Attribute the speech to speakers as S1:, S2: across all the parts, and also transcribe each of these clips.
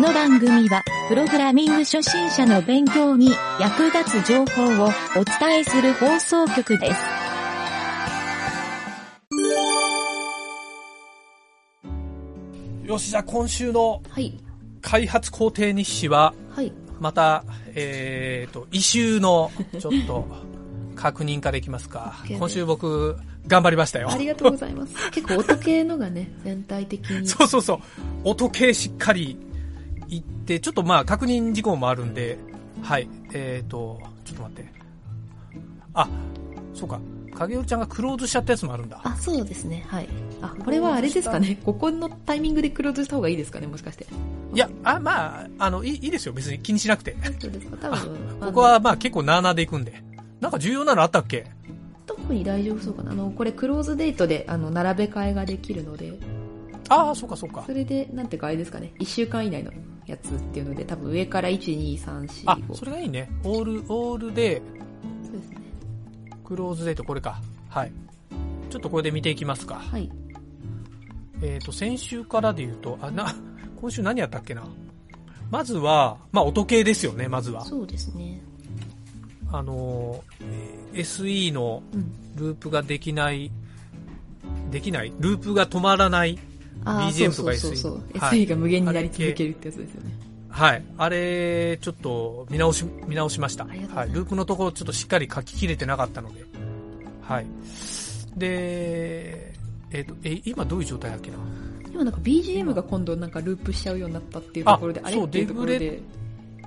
S1: の番組は、プログラミング初心者の勉強に役立つ情報をお伝えする放送局です。
S2: よし、じゃあ今週の
S3: はい。
S2: 開発工程日誌は、
S3: はい。
S2: また、えー、と、異臭の、ちょっと、確認化できますか
S3: OK で。す
S2: 今週僕、頑張りましたよ
S3: あ。りがとうござい ます。結構音系のがね、全体的に。
S2: そうそうそう。音系しっかりいって、ちょっとまあ、確認事項もあるんで、はい。えー、と、ちょっと待って。あ、そうか。影尾ちゃんがクローズしちゃったやつもあるんだ。
S3: あ、そうですね。はい。あ、これはあれですかね。ここのタイミングでクローズした方がいいですかね、もしかして。
S2: いや、あ、まあ、あの、いいいいですよ。別に気にしなくて。
S3: そうですか、多分。
S2: ここはまあ結構なーなーでいくんで。なんか重要なのあったっけ
S3: あの。特に大丈夫そうかな。あの、これクローズデートで、あの、並べ替えができるので、
S2: ああ、そうかそうか
S3: そ。れで、なんていうかあれですかね、1週間以内のやつっていうので、多分上から1、2、3、4、
S2: あ、
S3: 5。
S2: それがいいね。オール、オールで、
S3: そうですね。
S2: クローズデート、これか。はい。ちょっとこれで見ていきますか。
S3: はい。
S2: えっ、と、先週からで言うと、あ、な、 今週何やったっけな。まずは、まあ、音系ですよね、まずは。
S3: そうですね。
S2: あのー、えー SE の
S3: うん。
S2: ループができない、できないループが止まらない。
S3: あー
S2: BGM
S3: そうそうそうそう。
S2: とか SE
S3: SE が無限になり続けるってやつですよね。
S2: はい。あれ、ちょっと、見直し、見直しました。
S3: ありがとうござ
S2: は
S3: います
S2: い。ループのところ、ちょっとしっかり書ききれてなかったので。はい。で、えっ、と、え、今どういう状態だっけな
S3: 今なんか BGM が今度なんかループしちゃうようになったっていうところで、
S2: あ
S3: あれっていうところ
S2: そうデ
S3: で、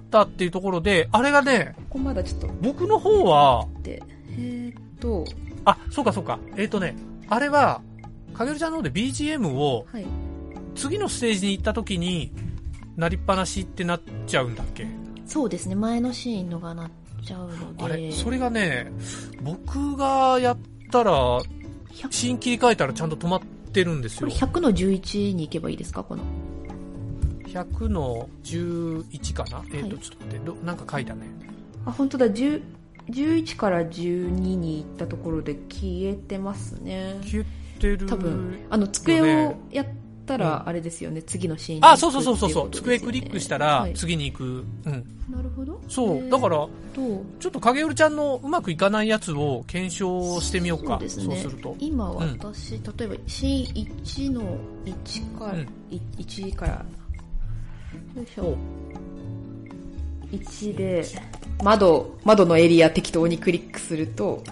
S2: だっていうところで、あれがね、
S3: ここまだちょっと待
S2: 僕の方は、
S3: って、えーっと、
S2: あ、そうかそうか。えっ、とね、あれは、かげるちゃんの方で BGM を
S3: はい。
S2: 次のステージに行った時になりっぱなしってなっちゃうんだっけ
S3: そうですね、前のシーンのがなっちゃうので、
S2: あれ、それがね、僕がやったら、
S3: 100
S2: シーン切り替えたらちゃんと止まってるんです
S3: こ
S2: よ
S3: れ。100の11に行けばいいですかこの。
S2: 100の11かなえっ、
S3: は
S2: と、
S3: い
S2: ちょっと待ってど、なんか書いたね。
S3: あ、本当だ、10 11から12に行ったところで消えてますね。
S2: 消えてる。
S3: 多分、あの、机をやったら、あれですよね、次のシーンに行く
S2: あ、そうそうそうそうそう、
S3: ってい
S2: 机
S3: こ
S2: ク
S3: とですよね
S2: リックしたら
S3: はい、
S2: 次に行く。うん。
S3: なるほど。、
S2: そう、だからら、
S3: と
S2: ちょっと影るちゃんのうまくいかないやつを検証してみよう
S3: そ
S2: か。
S3: うですね
S2: すると。
S3: 今私、例えば C1 の1から、
S2: うん
S3: い1からよいしょ1で窓窓のエリア適当にクリックすると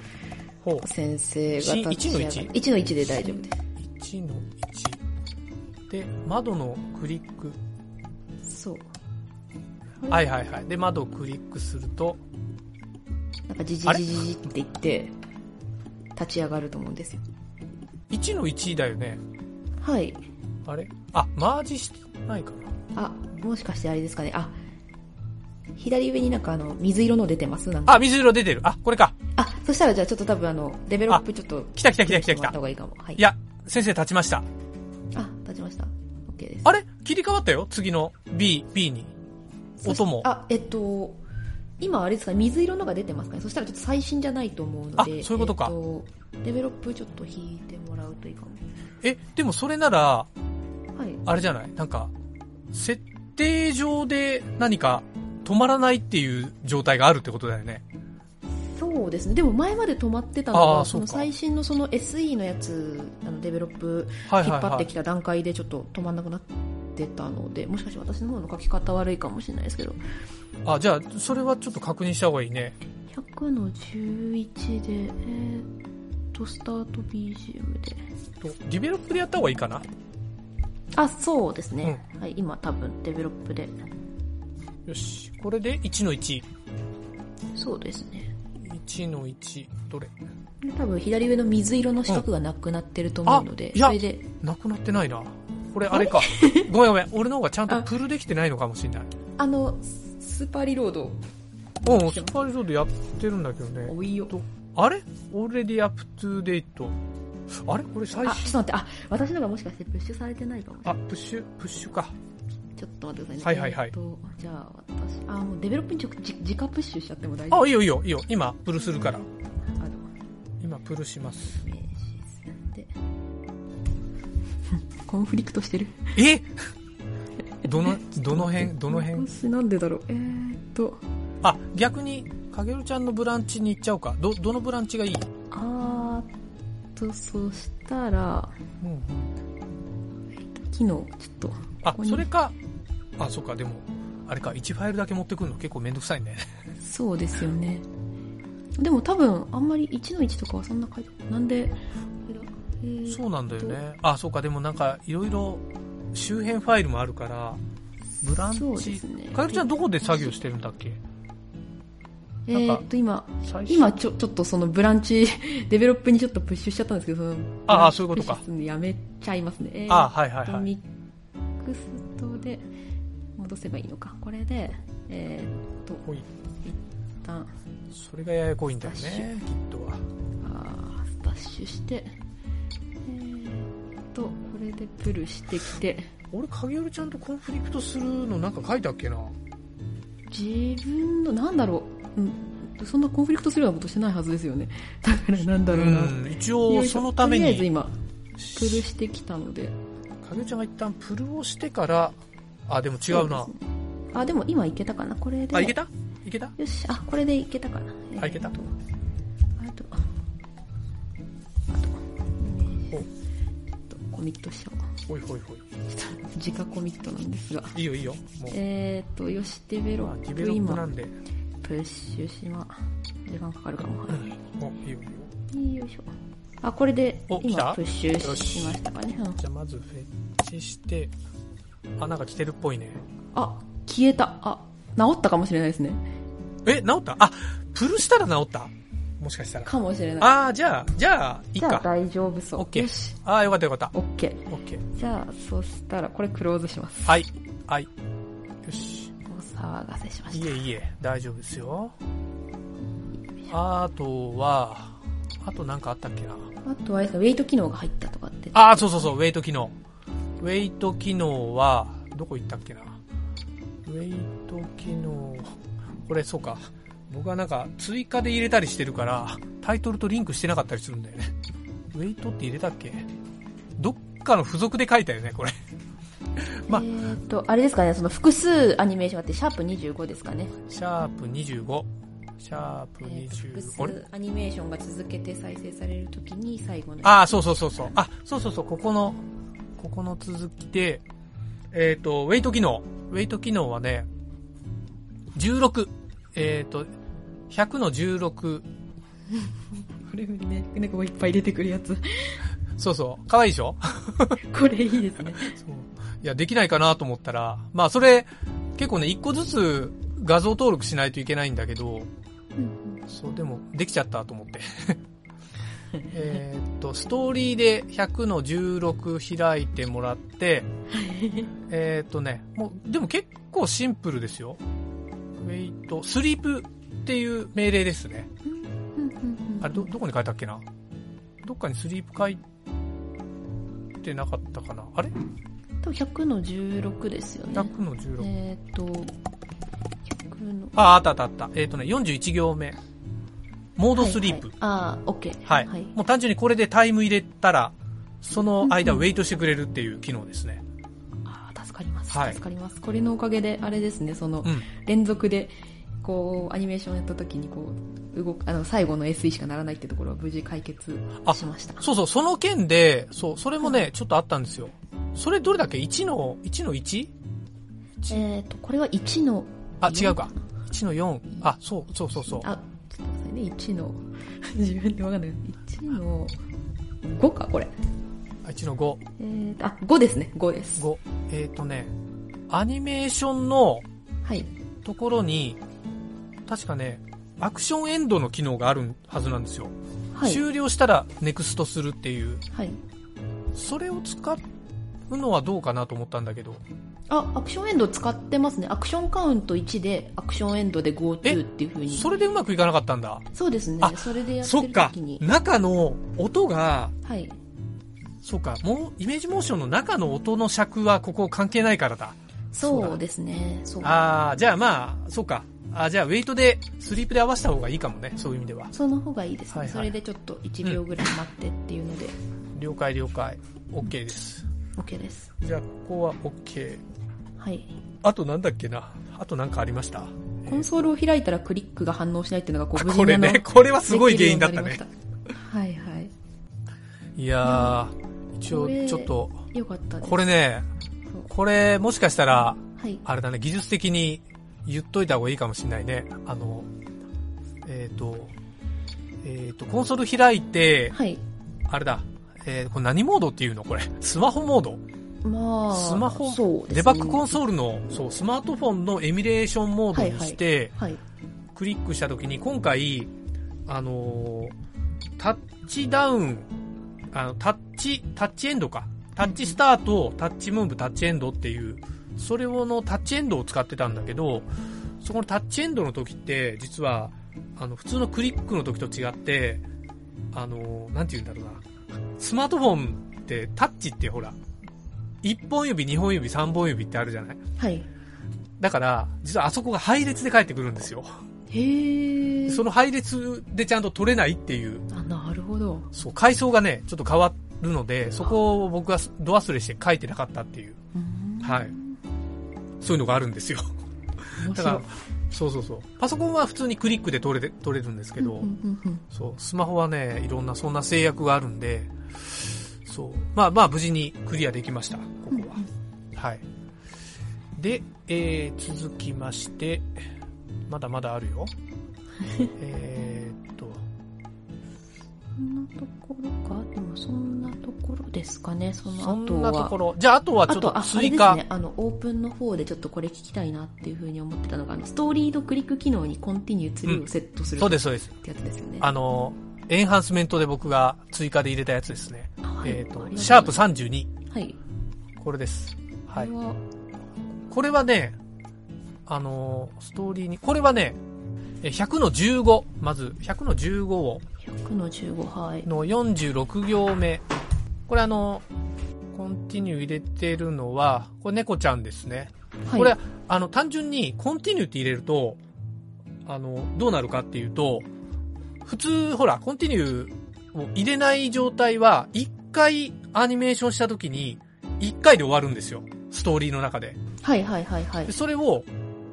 S2: ほう。
S3: 先生が立ち上がる
S2: C1 の1？
S3: 1の1で大丈夫で
S2: 1の1。で、窓のクリック。
S3: すそう
S2: はいはいはい。で、窓をクリックすると、
S3: なんかじじ
S2: あれ
S3: じじじって言って立ち上がると思うんですよ
S2: 1の1だよね。
S3: はい
S2: あれあ、マージしてないかな。
S3: あもしかしてあれですかねあ左上になんかあの水色の出てますなんか
S2: あ、水色出てる。あ、これか。
S3: あそしたらじゃあちょっと多分あのデベロップちょっと
S2: 来た来た来た来た
S3: し
S2: 来
S3: まったた。方がいいかも。はい。
S2: いや、先生立ちました。
S3: あ、立ちました。OK です。
S2: あれ切り替わったよ次の B、B に。
S3: そし
S2: 音も。あ、
S3: あ、えっと、今あれですかね、水色のが出てますかね。そしたらちょっと最新じゃないと思うので。
S2: あそういうことか
S3: えっとデベロップちょっと引いてもらうといいかも。
S2: え、でもそれなら、
S3: はい。
S2: あれじゃないなんか、設定上で何か止まらないっていう状態があるってことだよね。
S3: そうですね。でも前まで止まってたの
S2: あ
S3: が、
S2: ー
S3: そ
S2: そう
S3: の
S2: か
S3: 最新のその SE のやつ、あのデベロップ
S2: はい
S3: 引
S2: は
S3: っ
S2: いは
S3: 張
S2: い。
S3: ってきた段階でちょっと止まんなくなってたので、もしかして私の方の書き方悪いかもしれないですけど、
S2: あ、じゃあ、それはちょっと確認した方がいいね。
S3: 100の11で、えーっと、スタート BGM で。
S2: とディベロップでやった方がいいかな
S3: あ、そうですね。はい、今多分デベロップで。
S2: よし。これで1の1。
S3: そうですね。
S2: 1の1。どれ
S3: で多分左上の水色の四角がなくなってると
S2: うん
S3: 思
S2: あ
S3: うので、
S2: いや
S3: それで、
S2: なくなってないな。これ あれか。ごめんごめん。俺の方がちゃんとプルできてないのかもしれない。
S3: あの、ススーパーリロード、
S2: うん、スパイロードやってるんだけどね。
S3: おいよ。
S2: あれオーレディアップトゥーデイト。あれこれ最
S3: あ、
S2: 新。
S3: ちょっと待って、あ、私のがもしかしてプッシュされてないかもしれ
S2: あ、
S3: ない。
S2: プッシュ、プッシュか。
S3: ちょっと待ってくださ
S2: はいい
S3: ね。
S2: はいはい
S3: えーっと、じゃあ私、あ、もうデベロップに直、じ直プッシュしちゃっても大丈夫。
S2: あ、いいよいいよ、いいよ。今、プルするから。
S3: あ、でも、
S2: 今、プルします。
S3: イメージさ れて。コンフリクトしてる。
S2: えどの、どの 辺、どの辺
S3: 私なんでだろうえー、っと
S2: あ、逆に、かげるちゃんのブランチに行っちゃおうか。ど、どのブランチがいい
S3: あーっとそしたら
S2: うん。
S3: 昨日ちょっと
S2: あ
S3: ここ、に
S2: それか、あ、そっか、でも、あれか、1ファイルだけ持ってくるの結構めんどくさいね。
S3: そうですよねでも多分あんまり1の1とかはそんな書いてなんでえー
S2: そうなんだよね。あ、そうか、でもなんか、いろいろ周辺ファイルもあるから、ブラン
S3: そうで
S2: チ
S3: すね。
S2: かゆるちゃんどこで作業してるんだっけ
S3: え
S2: なんか
S3: ーっと今
S2: 最初
S3: 今ちょちょっとそのブランチ デベロップにちょっとプッシュしちゃったんですけどその
S2: ああそういうことか
S3: プッシュするのやめちゃいますねえーっと
S2: あ、はいはいはい。
S3: ミックストで戻せばいいのかこれでえーっと
S2: ほい
S3: 一旦
S2: それがややこいんだよね、きっとは。
S3: あースタッシュしてえーっとこれでプルしてきて
S2: 俺、影るちゃんとコンフリクトするのなんか書いたっけな
S3: 自分のなんだろう、うん、そんなコンフリクトするようなことしてないはずですよね だからなんだ
S2: う
S3: ろうな、
S2: ん、一
S3: よ
S2: 応
S3: いしょ
S2: そのため
S3: とりあえず
S2: に、
S3: 今プルしてきたので
S2: 影るちゃんが一旦プルをしてから、あ、でも違う
S3: そ。
S2: な
S3: ですねあでも今いけたかなこれで
S2: あ、いけたいけた
S3: よしあこれでいけたかな
S2: あいけた
S3: えーっとあとあとね
S2: ほう
S3: ちょっとコミットしちゃおう
S2: ほいほいほい。
S3: ちょっと自家コミットなんですが
S2: いいよいいよ。もう、
S3: えーっとよしデベロ
S2: まあディベ
S3: ップ
S2: ロップな
S3: 今
S2: んで。
S3: プッシュしま時間かかるかもは
S2: お、いいよいいよ。
S3: いよいしょあこれで
S2: お来
S3: 今
S2: た
S3: プッシュ
S2: よし
S3: しましたかね、うん
S2: じゃあまずフェッチして、あ、なんか来てるっぽいね。
S3: あ消えたあ治ったかもしれないですね
S2: え、治ったあ、プルしたら治ったもしかしたら。
S3: かもしれない
S2: あー、じゃあ、じゃあ、いい
S3: じゃあ
S2: か。
S3: 大丈夫そう
S2: オッケ
S3: よし
S2: ー。あー、よかったよかった。
S3: オッケー
S2: オッケー。
S3: じゃあそしたらこれクローズします
S2: はい。はい。よし。
S3: お騒がせしまし
S2: い
S3: た
S2: えいえ、大丈夫ですよ。あとは、あとなんかあったっけな。
S3: あとはあれですかウェイト機能が入ったとかって
S2: ああ、そうそうそう、ウェイト機能。ウェイト機能は、どこ行ったっけな。ウェイト機能、これそうか。僕はなんか追加で入れたりしてるから、タイトルとリンクしてなかったりするんだよね。ウェイトって入れたっけどっかの付属で書いたよね、これ。まあ
S3: えーっとあれですかねその複数アニメーションがあってシャープ25ですかね
S2: シャープ25。シャープ
S3: えーと複
S2: 25。あれ
S3: 数アニメーションが続けて再生されるときに最後の
S2: ああ、そうそうそうそう。あ、そうそうそう、ここの、ここの続きで、えっ、と、ウェイト機能。ウェイト機能はね、16。えっ、と、100の16。
S3: これねなんかいっぱい出てくるやつ
S2: そうそう、かわいいでしょ
S3: これいいですね
S2: そういや、できないかなと思ったら、まあ、それ、結構ね、1個ずつ画像登録しないといけないんだけど、そう、でも、できちゃったと思って。 えーっと、ストーリーで100の16開いてもらって、えーっとね、もう、でも結構シンプルですよ。ウェイト、スリープっていう命令ですね。あれ、ど、どこに書いたっけなどっかにスリープ書いてなかったかなあれ
S3: と100の16ですよね
S2: ?100 の16。
S3: えーっと100の
S2: あ、あったあったあった。えっ、とね、41行目。モードスリープ。
S3: はいはい、ああ OK
S2: はい、もう単純にこれでタイム入れたら、その間ウェイトしてくれるっていう機能ですね。
S3: ああ助かります、
S2: はい
S3: 助かりますこれのおかげであれですねその、
S2: うん。
S3: 連続でこうアニメーションやった時にこう動くあの最後の SE しかならないってところは無事解決しました
S2: そうそう、その件で、そう、それもね、ちょっとあったんですよ。それどれだっけ ?1 の、1の 1?
S3: えっ、とこれは1の
S2: あ、違うか。1の4。あ、そう、そうそうそう。
S3: あちょっと待ってね1の 自分でわかんない1の5かこれ
S2: あ1の5。
S3: えーとあ5ですね5です
S2: 5。えっ、とね、アニメーションの
S3: はい
S2: ところに、確かね、アクションエンドの機能があるはずなんですよ。
S3: はい
S2: 終了したらネクストするっていう
S3: はい
S2: それを使うのはどうかなと思ったんだけど。
S3: あアクションエンド使ってますねアクションカウント1でアクションエンドで GoTo っていうふうに
S2: それでうまくいかなかったんだ。
S3: そうですね
S2: あ
S3: それでやって
S2: そっ
S3: る
S2: か
S3: 時。に
S2: 中の音が、
S3: はい
S2: そっか、もう、イメージモーションの中の音の尺はここ関係ないからだ。
S3: そうですねそう
S2: あー、じゃあまあ、そっか。あーじゃあウェイトで、スリープで合わせた方がいいかもね。そういう意味では。
S3: その方がいいですね、
S2: はいはい
S3: それでちょっと1秒ぐらい待ってっていうので、
S2: 了解了解。OK です。
S3: OK です
S2: じゃあ、ここは OK。
S3: はい。
S2: あとなんだっけな。あとなんかありました。
S3: コンソールを開いたらクリックが反応しないっていうのがこう無事に
S2: これね
S3: あの
S2: これはすごい原因だったね
S3: できるようになりましたはい
S2: いやー、一
S3: こ
S2: 応
S3: れ
S2: ちょっと、
S3: はい。よかったです。
S2: これね、
S3: そう
S2: これもしかしたら、
S3: はい。
S2: あれだね、技術的に言っといた方がいいかもしれないね。あの、えっ、と、えっ、と、コンソール開いて、
S3: はい。
S2: あれだ、えーこれ何モードっていうのこれ。スマホモード。
S3: まあ、
S2: スマホ
S3: そうですね
S2: デバッグコンソールの、そう、スマートフォンのエミュレーションモードにして、
S3: はい。
S2: クリックしたときに、今回、あのータッチダウン、あの、タッチ、タッチエンドか。タッチスタート、タッチムーブ、タッチエンドっていう、それをのタッチエンドを使ってたんだけど、そこのタッチエンドの時って、実は、あの、普通のクリックの時と違って、あのーなんて言うんだろうな。スマートフォンって、タッチってほら、1本指、2本指、3本指ってあるじゃない
S3: はい。
S2: だから、実はあそこが配列で返ってくるんですよ。
S3: へえ。
S2: その配列でちゃんと取れないっていう、
S3: あ、なるほど。
S2: そう、階層がね、ちょっと変わるので、そこを僕はド忘れして書いてなかったっていう、
S3: うーん
S2: はい。そういうのがあるんですよ。
S3: 面
S2: だ
S3: 白
S2: か
S3: い
S2: ら。、そうそうそう。パソコンは普通にクリックで取れて取れるんですけ
S3: う
S2: ど、
S3: んうんうんうん
S2: そう、スマホはね、いろんなそんな制約があるんで、そう、まあまあ無事にクリアできました、ここは。はい。で、えー、続きまして、まだまだある よ。えーっと、
S3: そんなところか、でもそんなところですかね、そ
S2: そ
S3: の
S2: ん
S3: 後
S2: なと
S3: は
S2: こ。ろ。じゃあ、あとはちょ
S3: あ
S2: っ
S3: と、
S2: と
S3: あ、あれ
S2: 追
S3: です
S2: 加。
S3: ね、あの、オープンの方でちょっとこれ聞きたいなっていうふうに思ってたのが、あのストーリードクリック機能にコンティニューツリーをセットする
S2: そうですす、そうです。
S3: ってやつですよね。
S2: あの、エンハンスメントで僕が追加で入れたやつですね。
S3: はいあり
S2: えっ、
S3: がうござい
S2: と、
S3: ます
S2: シャープ32。
S3: はい。
S2: これです。は
S3: はいい。。は
S2: これはね、あの、ストーリーに、これはね、え100の15、まず、100の15を、
S3: 100の15、はい。
S2: の46行目。これあの、コンティニュー入れてるのは、これ猫ちゃんですね。
S3: はい、
S2: これ、あの、単純に、コンティニューって入れると、あの、どうなるかっていうと、普通、ほら、コンティニューを入れない状態は、一回アニメーションした時に、一回で終わるんですよ。ストーリーの中で。
S3: はいはいはいはい
S2: で。それを、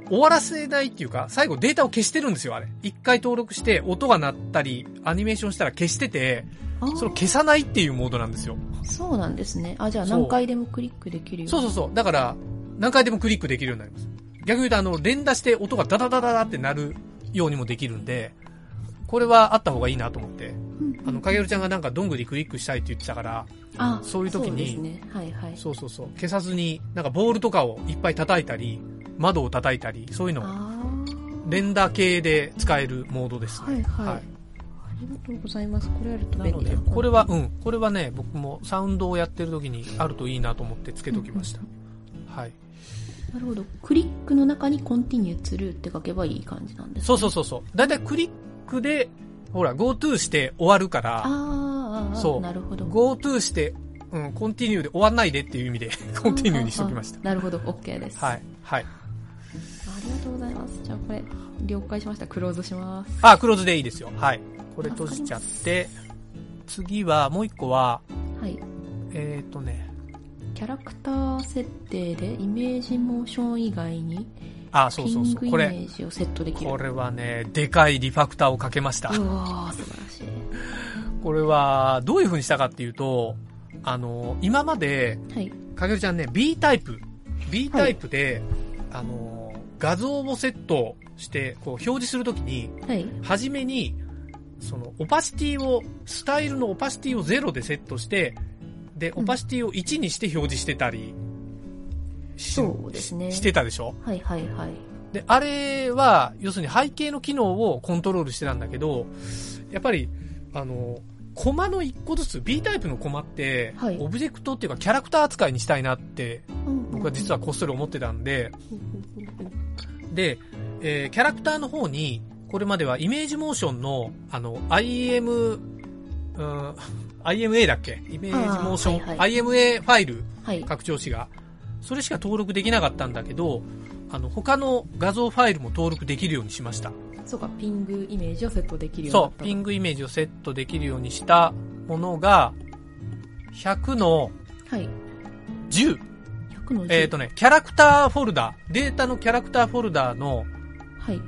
S2: 終わらせないっていうか、最後データを消してるんですよ、あれ。一回登録して、音が鳴ったり、アニメーションしたら消してて、
S3: あー
S2: それを消さないっていうモードなんですよ。
S3: そうなんですね。あ、じゃあ
S2: そう
S3: 何回でもクリックできるよう
S2: そうそうそう。だから、何回でもクリックできるようになります。逆に言うと、あの、連打して音がダダダダダってなるようにもできるんで、これはあった方がいいなと思って。
S3: うん
S2: あの、かげるちゃんがなんかどんぐりクリックしたいって言ってたから、
S3: あ
S2: そういう時に
S3: そうですね。はいはい。
S2: そうそうそう。消さずに、なんかボールとかをいっぱい叩いたり、窓を叩いたり、そういうのを
S3: あー
S2: 連打系で使えるモードです
S3: はい
S2: ね。
S3: はい。
S2: は
S3: あ
S2: い
S3: りがとうございます。これやると
S2: な
S3: 便
S2: の
S3: 利
S2: で
S3: だ、
S2: これは、うん、これはね、僕もサウンドをやってる時にあるといいなと思ってつけときました。はい。
S3: なるほど。クリックの中にコンティニューツルーって書けばいい感じなんです
S2: そう
S3: ね。
S2: そうそうそう。だいたいクリックで、ほら、GoTo して終わるから、
S3: あーあー、
S2: そう
S3: なるほど。
S2: GoTo して、うん、コンティニューで終わんないでっていう意味で、 コンティニューにしときました
S3: あー。なるほど、OK です。
S2: は
S3: はい。
S2: い。はい。
S3: ありがとうございます。じゃあこれ、了解しました。クローズします。
S2: あ、クローズでいいですよ。はい。これ閉じちゃって、次は、もう一個は、
S3: はい。
S2: えっ、ー、とね、
S3: キャラクター設定でイメージモーション以外に、
S2: あ、そう
S3: ピ
S2: そう
S3: ン
S2: そ
S3: グ
S2: う。
S3: イ
S2: こ
S3: メ
S2: れ、
S3: ージをセットできる。
S2: これはね、でかいリファクターをかけました。
S3: うわー、素晴らしい。
S2: これは、どういう風にしたかっていうと、あの、今まで、
S3: はい。
S2: かげるちゃんね、B タイプ。B タイプで、あのー、画像をセットして、こう、表示するときに、
S3: はい。
S2: はじめに、その、オパシティを、スタイルのオパシティを0でセットして、で、
S3: ん
S2: オパシティを1にして表示してたり、し
S3: そうですね
S2: ししてたでしょ
S3: はいはいはい。
S2: で、あれは、要するに背景の機能をコントロールしてたんだけど、やっぱり、あの、コマの一個ずつ、B タイプのコマって、
S3: はい
S2: オブジェクトっていうかキャラクター扱いにしたいなって、僕は実
S3: は、
S2: はこっそり思ってたんで、で、えーキャラクターの方に、これまではイメージモーションの、あの、IM、うん IMA だっけイメージモーション、
S3: あーは
S2: IMA ファイル
S3: はい。
S2: 拡張子が。それしか登録できなかったんだけど、あの、他の画像ファイルも登録できるようにしました。
S3: そうか、ピングイメージをセットできるようにな
S2: そ
S3: っ
S2: う、
S3: た
S2: ピン
S3: グ。
S2: グイメージをセットできるようにしたものが、100の
S3: はい。
S2: 10。
S3: 服の
S2: えっ、とね、キャラクターフォルダ、データのキャラクターフォルダの
S3: はい。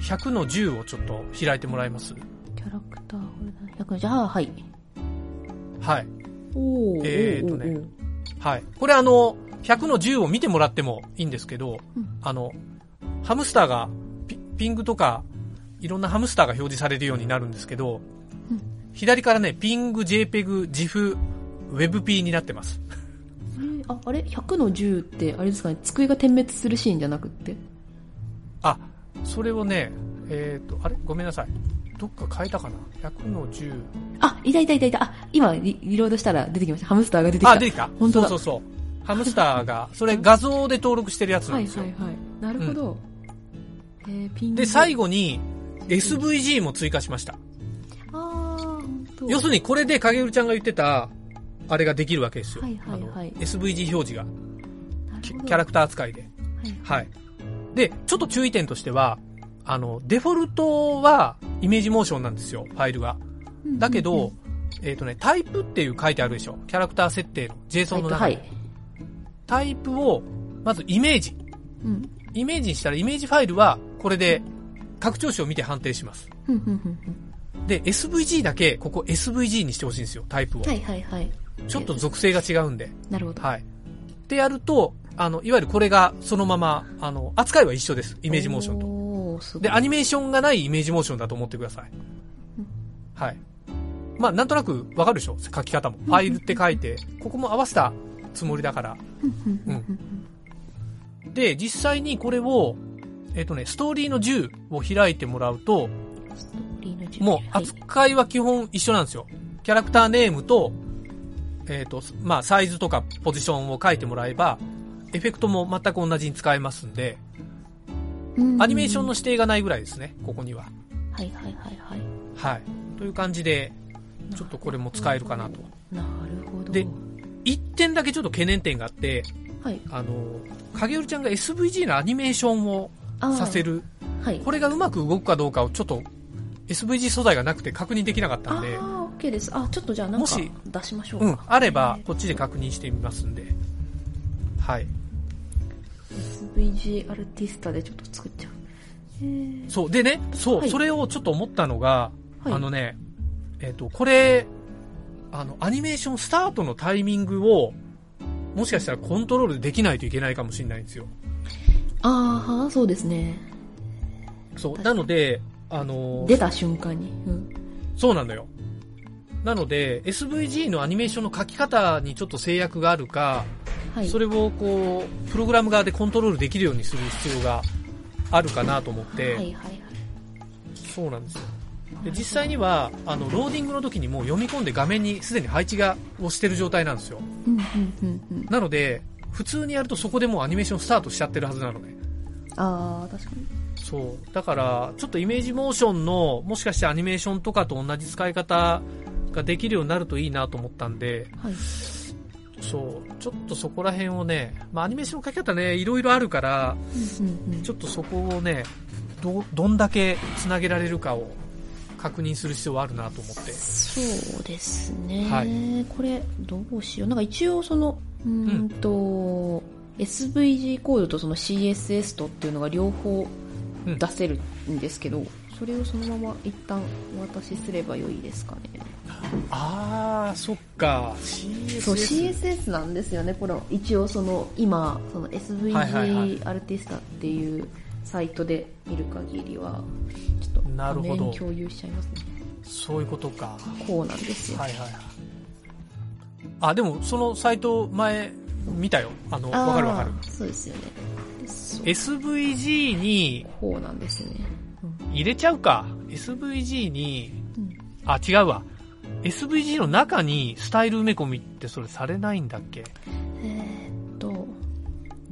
S2: 100の10をちょっと開いてもらいます。
S3: キャラクターフォルダ100のじゃあ、はい。
S2: はい。
S3: おー
S2: えーとね
S3: おーおー
S2: はい。これあの、100の10を見てもらってもいいんですけど、
S3: うん
S2: あの、ハムスターがピ、ピングとか、いろんなハムスターが表示されるようになるんですけど、
S3: うん
S2: 左からね、ピング、JPEG、GIF、WebP になってます。
S3: えーあ、あれ ?100 の10って、あれですかね、机が点滅するシーンじゃなくって。
S2: あ、それをね、えっ、と、あれごめんなさい。どっか変えたかな ?100 の10。
S3: あ、いたいたいたいた。あ、今リ、リロードしたら出てきました。ハムスターが出てきた。
S2: あ、出てきた
S3: 本当だ
S2: そうそうそう。ハムスターが、それ画像で登録してるやつな
S3: は
S2: ん
S3: い
S2: です
S3: は
S2: よ。
S3: いはい。なるほど。えー、ピン
S2: で、最
S3: 後。
S2: 後に SVG も追加しました。
S3: あー、ほんと
S2: 要するにこれで影るちゃんが言ってた、あれができるわけですよ。
S3: はいはいはい
S2: あの SVG 表示が、
S3: なる
S2: キ
S3: ほど
S2: キャラクター扱いで。
S3: はい。
S2: はい。で、ちょっと注意点としては、あの、デフォルトはイメージモーションなんですよ、ファイルが。だけ
S3: うんうんう
S2: ど
S3: ん、、
S2: えっ、とね、タイプっていう書いてあるでしょ。キャラクター設定の JSON の中
S3: は
S2: に。
S3: い。
S2: タイプを、まずイメージ。
S3: うん。
S2: イメージにしたらイメージファイルは、これで拡張子を見て判定します。
S3: ふんふんふんふん
S2: で、SVG だけ、ここ SVG にしてほしいんですよ、タイプを。
S3: はいはいはい。
S2: ちょっと属性が違うんで。
S3: なるほど。
S2: はい。ってやると、あの、いわゆるこれがそのまま、あの、扱いは一緒です。イ
S3: イ
S2: メージモーションと。
S3: おー、すごい。
S2: で、アニメーションがないイメージモーションだと思ってください
S3: うん。
S2: はい。まあ、なんとなくわかるでしょ書き方も。ファイルって書いて、ここも合わせたつもりだから。
S3: ふんふんふんふん
S2: で、実際にこれを、えっ、とね、ストーリーの10を開いてもらうと、
S3: リーナジュ
S2: もう
S3: はい
S2: 扱いは基本一緒なんですよ。キャラクターネームと、えっ、と、まあ、サイズとかポジションを書いてもらえば、エフェクトも全く同じに使えますんで、
S3: うん
S2: アニメーションの指定がないぐらいですね、ここには。
S3: はいはいはいはい。
S2: はい。という感じで、ちょっとこれも使えるかなと。
S3: なるほど。
S2: で一点だけちょっと懸念点があって、
S3: はい。
S2: あの、影るちゃんが SVG のアニメーションを
S3: あー
S2: させ。る、
S3: はい。
S2: これがうまく動くかどうかをちょっと SVG 素材がなくて確認できなかっ
S3: あ
S2: たんで、
S3: ー、OK です。あ、ちょっとじゃあなん
S2: も
S3: か
S2: し
S3: 出しましょう
S2: うん
S3: か。、
S2: あれば、こっちで確認してみますんで。はい。
S3: SVG アルティスタでちょっと作っちゃう。えー
S2: そう。でね、そう、
S3: はい
S2: それをちょっと思ったのが、
S3: はい
S2: あのね、えっ、と、これ、あの、アニメーションスタートのタイミングを、もしかしたらコントロールできないといけないかもしれないんですよ。
S3: あーはー、そうですね。
S2: そう。
S3: 確
S2: な
S3: かに
S2: ので、あの、
S3: 出た瞬間に。うん。
S2: そうなんだよ。なので、SVG のアニメーションの書き方にちょっと制約があるか、
S3: はい。
S2: それをこう、プログラム側でコントロールできるようにする必要があるかなと思って、
S3: はいはいはい。
S2: そうなんですよで実際にはあのローディングの時にもう読み込んで画面にすでに配置がをしてる状態なんですよ
S3: うんうんうんうん。
S2: なので普通にやるとそこでもうアニメーションスタートしちゃってるはずなのね
S3: あー、確かに。
S2: そうだからちょっとイメージモーションのもしかしてアニメーションとかと同じ使い方ができるようになるといいなと思ったんで
S3: はい。
S2: そうちょっとそこら辺をね、まあ、アニメーションの書き方ねいろいろあるから
S3: うんうんうん
S2: ちょっとそこをねどどんだけつなげられるかを確認する必要はあるなと思って
S3: そうですね、
S2: はい
S3: これどうしようなんか一応そのうーんと、SVG コードとその CSS とっていうのが両方
S2: うん
S3: 出せるんですけど、それをそのまま一旦お渡しすればよいですかね
S2: ああそっか CSS
S3: そう CSS なんですよねこれ一応その今その
S2: はいはいはい
S3: SVG アルティスタっていうサイトで見る限りはちょっと
S2: なる
S3: 画
S2: ほど
S3: 面共有しちゃいますね
S2: そういうことか
S3: こうなんですよ、
S2: はいはいはいあでもそのサイト前見たよあの
S3: あー
S2: わかるわかる
S3: そうですよねでそう
S2: SVG に
S3: こうなんですね。
S2: 入れちゃうか SVG に
S3: うん
S2: あ違うわ SVG の中にスタイル埋め込みってそれされないんだっけ
S3: えーっと、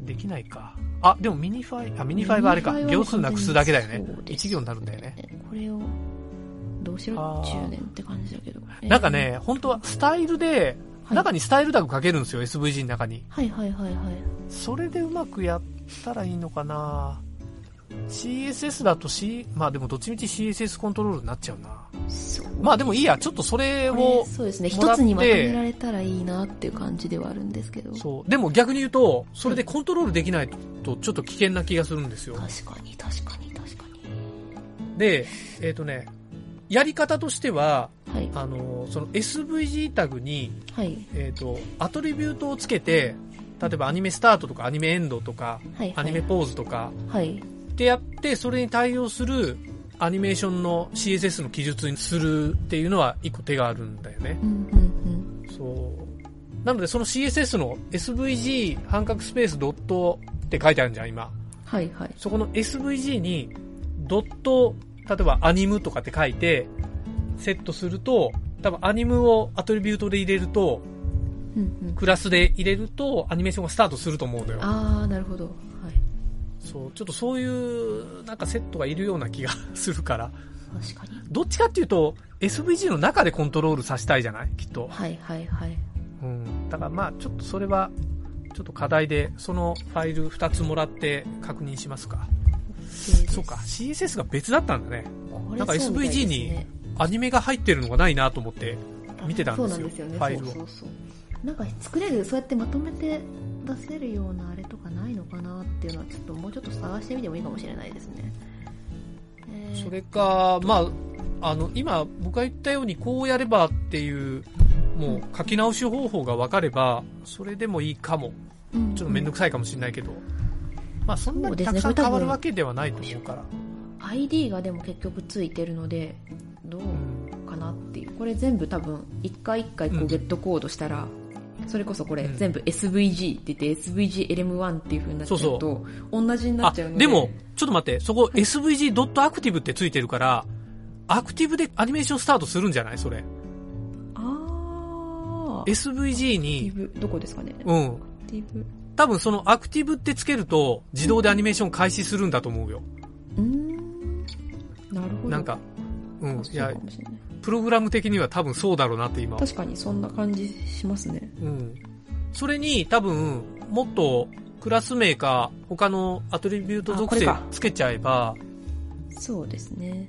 S2: できないかあでもミニファイあミニファイはあれか
S3: ミニファイは
S2: 行数なくすだけだよね
S3: そうです
S2: 1行になるんだよね
S3: これを、どうしろ
S2: あー
S3: 10年って感じだけど。
S2: なんかね、本当はスタイルで、
S3: はい
S2: 中にスタイルタグかけるんですよ、SVG の中に。
S3: えーはいはいはいはい。
S2: それでうまくやったらいいのかな CSS だと C、まあでもどっちみち CSS コントロールになっちゃうな。
S3: そう
S2: まあでもいいや、ちょっとそれ
S3: こ
S2: を
S3: れ、そうですね。
S2: もらっ
S3: 一
S2: て
S3: つにまとめられたらいいなっていう感じではあるんですけど。
S2: そう。でも逆に言うと、それでコントロールできないと、ちょっと危険な気がするんですよ。
S3: 確かに、確かに、確かに。
S2: で、えっ、とね、やり方としては、
S3: はい。
S2: あの、その SVG タグに、
S3: はい。
S2: えっ、と、アトリビュートをつけて、例えばアニメスタートとかアニメエンドとか、
S3: はい。
S2: アニメポーズとか
S3: はい。
S2: ってやって、それに対応するアニメーションの CSS の記述にするっていうのは一個手があるんだよね。
S3: うん、うん、
S2: そう。なので、その CSS の SVG 半角スペースドットって書いてあるじゃん、今。
S3: うん。はい、はい。
S2: そこの SVG にドット、例えばアニムとかって書いて、セットすると、多分アニムをアトリビュートで入れると、
S3: うん、うん。
S2: クラスで入れるとアニメーションがスタートすると思うのよ。
S3: あー、なるほど。はい。
S2: そう、ちょっとそういうなんかセットがいるような気がするから。
S3: 確かに。
S2: どっちかっていうと、SVG の中でコントロールさせたいじゃないきっと。
S3: はい、はい、はい。
S2: うん。だからまあ、ちょっとそれは、ちょっと課題で、そのファイル2つもらって確認しますか。そうか、CSS が別だったんだね。
S3: これ
S2: なんか
S3: そうみたい
S2: SVG
S3: です
S2: に
S3: ね
S2: アニメが入ってるのがないなと思って。見てたんですよ
S3: そうなんですよね。
S2: ファイルを
S3: そうそうそう。なんか作れる、そうやってまとめて出せるようなあれとかないのかなっていうのは、ちょっともうちょっと探してみてもいいかもしれないですね。えー
S2: それか、まあ、あの、今、僕が言ったように、こうやればっていう、もう書き直し方法が分かれば、それでもいいかも。ちょっとめんどくさいかもしれないけど。まあ、そんなにたくさん変わるわけではないと思うから。
S3: ID がでも結局ついてるのでどうかなっていうこれ全部多分一回一回こ
S2: うん
S3: うゲットコードしたら、それこそこれ
S2: うん
S3: 全部 SVG って言って SVGLM1 っていう風になっちゃう
S2: そう
S3: と同じにな
S2: あ、
S3: っちゃうので
S2: でも、ちょっと待って、そこ svg.active ってついてるから、アクティブでアニメーションスタートするんじゃないそれ。
S3: ああ
S2: svg に、
S3: どこですかね
S2: うん。
S3: Active
S2: 多分そのアクティブってつけると、自動でアニメーション開始するんだと思うよ。
S3: うーんなるほど
S2: なんか、う
S3: あ
S2: ん。
S3: そう
S2: いや
S3: か、もしれない
S2: プログラム的には多分そうだろうなって今。
S3: 確かにそんな感じしますね
S2: うん。それに多分、もっとクラス名か他のアトリビュート属性
S3: あこれか
S2: つけちゃえば、
S3: そうですね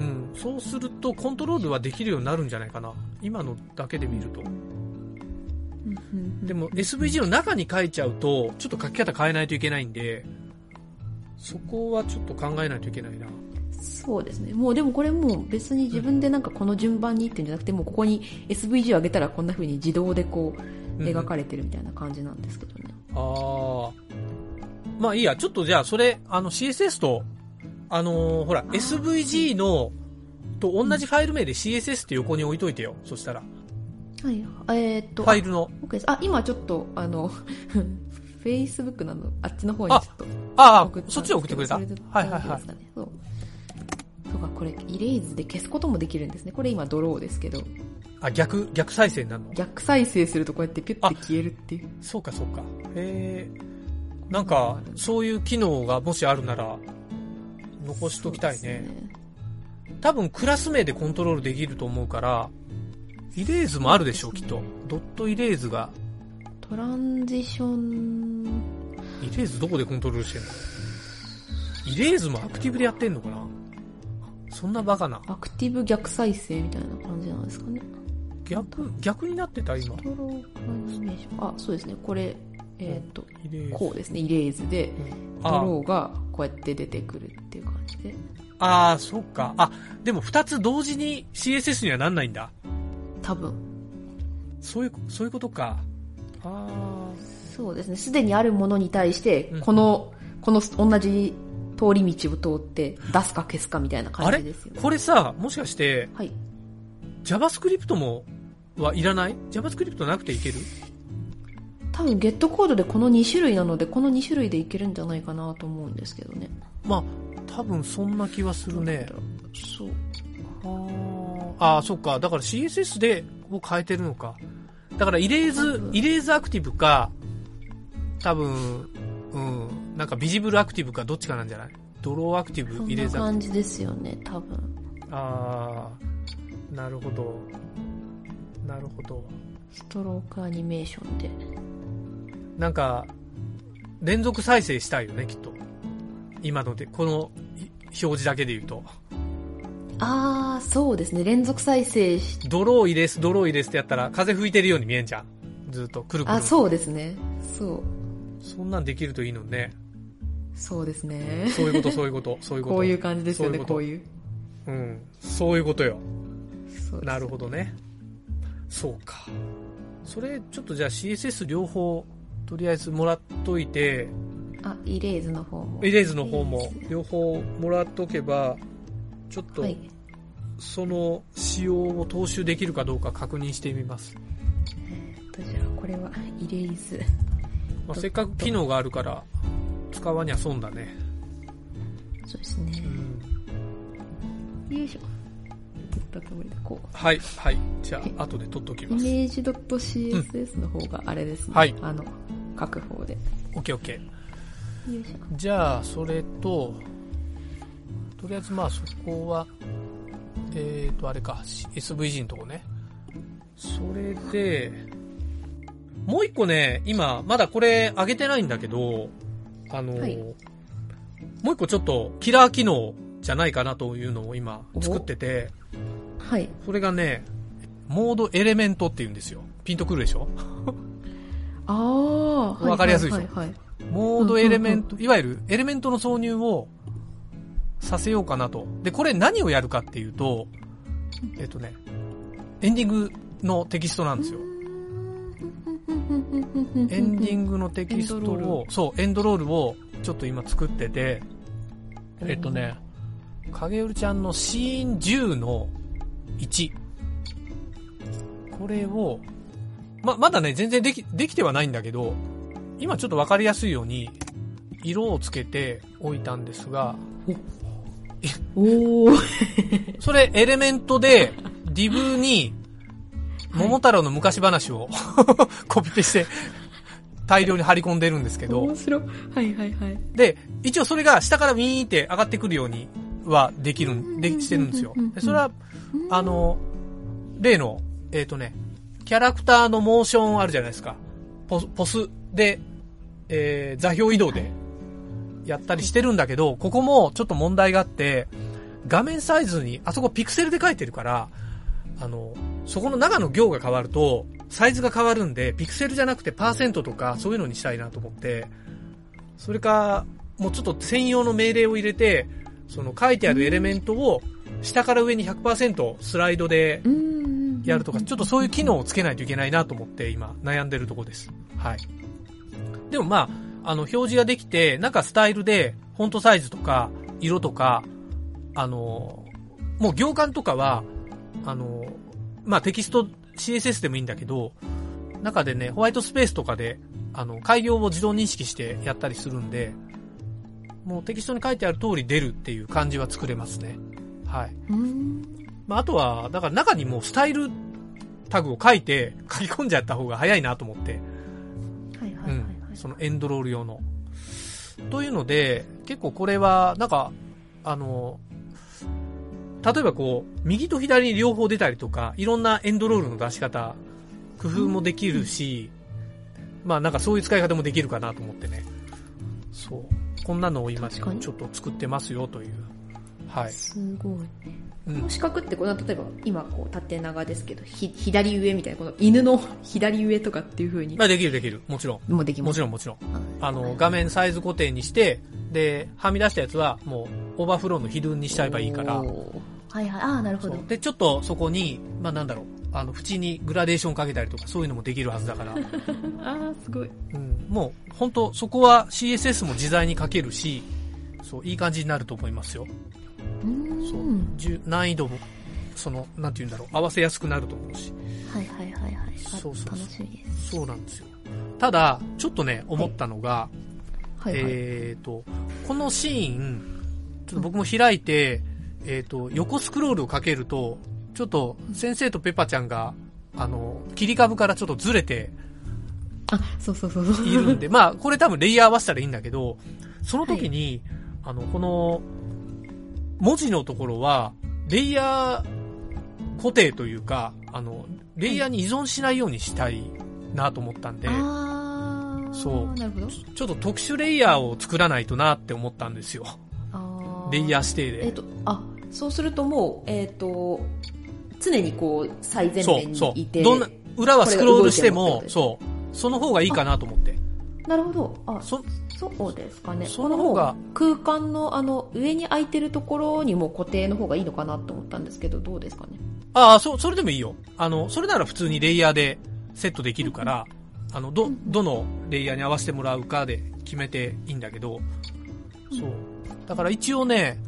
S2: うん。そうするとコントロールはできるようになるんじゃないかな。今のだけで見ると。でも SVG の中に書いちゃうと、ちょっと書き方変えないといけないんで、そこはちょっと考えないといけないな。
S3: そうですね。もうでもこれもう別に自分でなんかこの順番にっていうんじゃなくて、もうここに SVG を上げたらこんな風に自動でこう描かれてるみたいな感じなんですけどね。
S2: ああ。まあいいや、ちょっとじゃあ、それ、あの CSS と、あのーほら、
S3: ー
S2: SVG の、と同じファイル名で CSS って横に置いといてよ。そしたら、
S3: はい。えーっ
S2: フ
S3: と、
S2: ァイルの。
S3: あ OK ですあ、今ちょっとあの、Facebook なの、あっちの方に
S2: あ
S3: ちょっと送
S2: ああ
S3: っ、たんですけど。
S2: そっちで送ってくれた。
S3: そ
S2: はい
S3: で
S2: はいは
S3: 大丈夫ですかねそう。そうか、これ、イレーズで消すこともできるんですね。これ今、ドローですけど、
S2: い。あ、逆、逆再生になるの
S3: 逆再生するとこうやってピュッて消えるっていう。
S2: そうかそうか。へえ。なんか、そういう機能がもしあるなら、残しときたい
S3: そうです
S2: ね。多分クラス名でコントロールできると思うから、イレーズもあるでしょう、きっと。ドットイレーズが、
S3: トランジション
S2: イレーズどこでコントロールしてんのイレーズもアクティブでやってんのかなそんなバカな。
S3: アクティブ逆再生みたいな感じなんですかね。
S2: 逆、逆になってた今
S3: ス。トロークアニメーション。あ、そうですね。これ、えっ、と、
S2: イレーズ。
S3: こうですね。イレーズで、
S2: うん
S3: ド
S2: あ
S3: ローがこうやって出てくるっていう感じで。
S2: あー、そっか。あ、でも二つ同時に CSS にはなんないんだ。
S3: 多分。
S2: そういう、そういうことか。あ
S3: そうですね。すでにあるものに対して
S2: うん、
S3: この、この同じ通り道を通って出すか消すかみたいな
S2: あ。あ
S3: 感
S2: れ
S3: じですよね。
S2: これさ、もしかして、
S3: はい。
S2: JavaScript も、はいらない ?JavaScript なくていける
S3: 多分、ゲットコードでこの2種類なので、この2種類でいけるんじゃないかなと思うんですけどね。
S2: まあ、多分そんな気はするね。
S3: そう。
S2: ああ、そっか。だから CSS で、を変えてるのか。だから、イレー
S3: 多
S2: ズ
S3: 分、
S2: イレーズアクティブか、多分、うん、なんかビジブルアクティブかどっちかなんじゃないドローアクティ
S3: そ
S2: ブ、
S3: ん
S2: イレ
S3: な
S2: ーズアク
S3: 感じですよね、多分。
S2: ティブ。ああ、なるほど。なるほど。
S3: ストロークアニメーションで。
S2: なんか、連続再生したいよね、きっと。今ので、このい表示だけで言うと。
S3: ああそうですね連続再生し
S2: 泥を入れす、泥を入れすってやったら、風吹いてるように見えんじゃん。ずっと、くるくる。
S3: あそうですねそう
S2: そんなんできるといいのにね。
S3: そうですね
S2: そういうこと、そういうこと、そういうこ と。
S3: こういう感じですよねこ
S2: そううい
S3: い
S2: う
S3: う
S2: こと。うん。そういうことよ。
S3: そうです
S2: なるほどね。そうか。それ、ちょっとじゃあ CSS 両方、とりあえずもらっといて、
S3: あイレーズの方も
S2: イレーズの方も
S3: イレーズ
S2: 両方もらっとけば、ちょっと
S3: はい
S2: その仕様を踏襲できるかどうか確認してみます。
S3: えっとじゃあこれはイレーズ
S2: まあ、せっかく機能があるから、使わにゃ損だね。
S3: そうですね
S2: うん
S3: よいしょ取ったつもりだこう
S2: はい、はい。じゃあ、後で取っとき
S3: イ
S2: ます。
S3: メージ .css の方があれですね、
S2: はい
S3: あの書く方でよ
S2: オッケーオッケー。
S3: いしょ
S2: じゃあ、それと、とりあえずまあそこは、えーと、あれか、し SVG のとこね。それで、もう一個ね、今、まだこれ上げてないんだけど、あの、
S3: はい
S2: もう一個ちょっとキラー機能じゃないかなというのを今作ってて、
S3: はい
S2: それがね、モードエレメントっていうんですよ。ピンとくるでしょ
S3: ああ
S2: わかりやすいでしょ
S3: はいはいはい
S2: モードエレメント、いわゆるエレメントの挿入をさせようかなと。で、これ何をやるかっていうと、えっとね、エンディングのテキストなんですよ。エンディングのテキスト
S3: エンドロ
S2: を、そう、エンドロールをちょっと今作ってて、えっとね、影るちゃんのシーン10の1。これを、ま、まだね、全然でき、できてはないんだけど、今ちょっとわかりやすいように、色をつけておいたんですが、
S3: おお
S2: それ、エレメントで、ディブに、桃太郎の昔話を、 コピペして、大量に貼り込んでるんですけど
S3: 面、白いはいはいはい
S2: で、一応それが下からウィーンって上がってくるようにはできるん、で、してるんですよ。でそれは、あの、例の、えっ、とね、キャラクターのモーションあるじゃないですか。ポス、ポスで、えー座標移動でやったりしてるんだけど、ここもちょっと問題があって、画面サイズに、あそこピクセルで書いてるから、あの、そこの中の行が変わると、サイズが変わるんで、ピクセルじゃなくてパーセントとかそういうのにしたいなと思って、それか、もうちょっと専用の命令を入れて、その書いてあるエレメントを下から上に100%スライドで
S3: うんうんうん
S2: やるとか、ちょっとそういう機能をつけないといけないなと思って今悩んでるとこです。はい。でもまあ、あの、表示ができて、なんかスタイルで、フォントサイズとか、色とか、あの、もう行間とかは、あの、まあテキスト CSS でもいいんだけど、中でね、ホワイトスペースとかで、あの、開業を自動認識してやったりするんで、もうテキストに書いてある通り出るっていう感じは作れますね。はい。
S3: うん
S2: まあ、あとは、だから中にもうスタイルタグを書いて書き込んじゃった方が早いなと思って、
S3: はいは
S2: う
S3: いはいは
S2: ん
S3: い、
S2: そのエンドロール用の。というので、結構これは、なんか、あの、例えばこう、右と左に両方出たりとか、いろんなエンドロールの出し方、工夫もできるし、まあなんかそういう使い方もできるかなと思ってね。そう。こんなのを今、ち
S3: 確
S2: ょ
S3: か
S2: っ
S3: に
S2: と作ってますよという。はい。
S3: すごい
S2: うん
S3: この四角ってこう例えば今こう縦長ですけどひ左上みたいなこの犬の左上とかっていう風に
S2: まあできるできる。もちろん。
S3: もうできま
S2: も
S3: す
S2: ちろんもちろん。あ
S3: あ
S2: の、画面サイズ固定にして、で、はみ出したやつは、もう、オーバーフローの比率にしちゃえばいいから、
S3: おーはいはいああなるほ
S2: そ
S3: ど
S2: う。で、ちょっとそこに、まあ、なんだろう、あの、縁にグラデーションかけたりとか、そういうのもできるはずだ から、
S3: ああすごい
S2: うん、もう、本当そこは CSS も自在に書けるし、そう、いい感じになると思いますよ。
S3: うん
S2: そう。じゅ難易度も、その、なんて言うんだろう、合わせやすくなると思うし。
S3: はいはいはいはいあ
S2: そうそうそう
S3: 楽しみです
S2: そうなんですよ。ただ、ちょっとね、思ったのが、
S3: はいはい、
S2: えー、と、このシーン、ちょっと僕も開いて、えー、と、横スクロールをかけると、ちょっと先生とペパちゃんが、あの、切り株からちょっとずれて
S3: あそうそうそうそう
S2: いる んで、まあ、これ多分レイヤー合わせたらいいんだけど、その時に、あの、この、文字のところは、レイヤー固定というか、あの、レイヤーに依存しないようにしたいなと思ったんで、
S3: ああ
S2: そう
S3: なるほど
S2: ちょっと特殊レイヤーを作らないとなって思ったんですよ。
S3: あー
S2: レイヤー指定で
S3: えっ。とあそうするともう、えっ、と、常にこう、最前
S2: そ
S3: 面
S2: う、
S3: に
S2: そ。
S3: いうて。
S2: どんな、裏はスクロールして
S3: こ
S2: も、
S3: れが
S2: そう。その方がいいかなと思って。
S3: なるほど。あ、
S2: そ、
S3: そうですかね。
S2: その方が
S3: この空間のあの、上に空いてるところにも固定の方がいいのかなと思ったんですけど、どうですかね。
S2: ああ、そ、それでもいいよ。あの、それなら普通にレイヤーでセットできるから、あの、ど、どのレイヤーに合わせてもらうかで決めていいんだけど、そう。だから一応ね、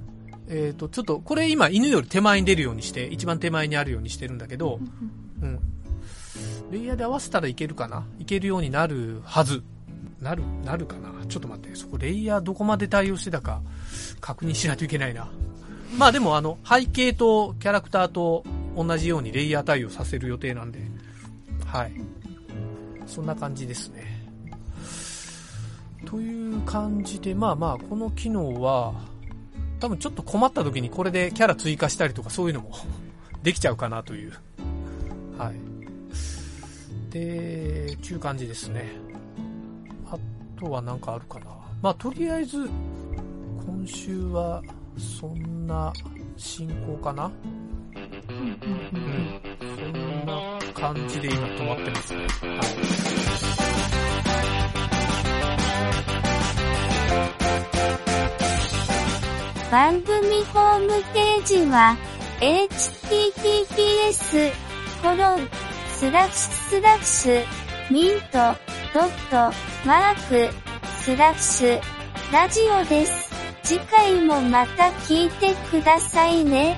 S2: えっ、と、ちょっと、これ今犬より手前に出るようにして、一番手前にあるようにしてるんだけど、うん。レイヤーで合わせたらいけるかないけるようになるはず。なる、なるかなちょっと待って、そこレイヤーどこまで対応してたか確認しないといけないな。まあでもあの、背景とキャラクターと同じようにレイヤー対応させる予定なんで、はい。そんな感じですね。という感じで、まあまあ、この機能は、多分ちょっと困った時にこれでキャラ追加したりとかそういうのも できちゃうかなという。はい。で、ちゅう感じですね。あとはなんかあるかな。まあ、とりあえず、今週は、そんな進行かなうん。そんな感じで今止まってますね。はい。
S4: 番組ホームページは、https, コロン、スラッシュスラッシュ、ミント、ドット、マーク、スラッシュ、ラジオです。次回もまた聞いてくださいね。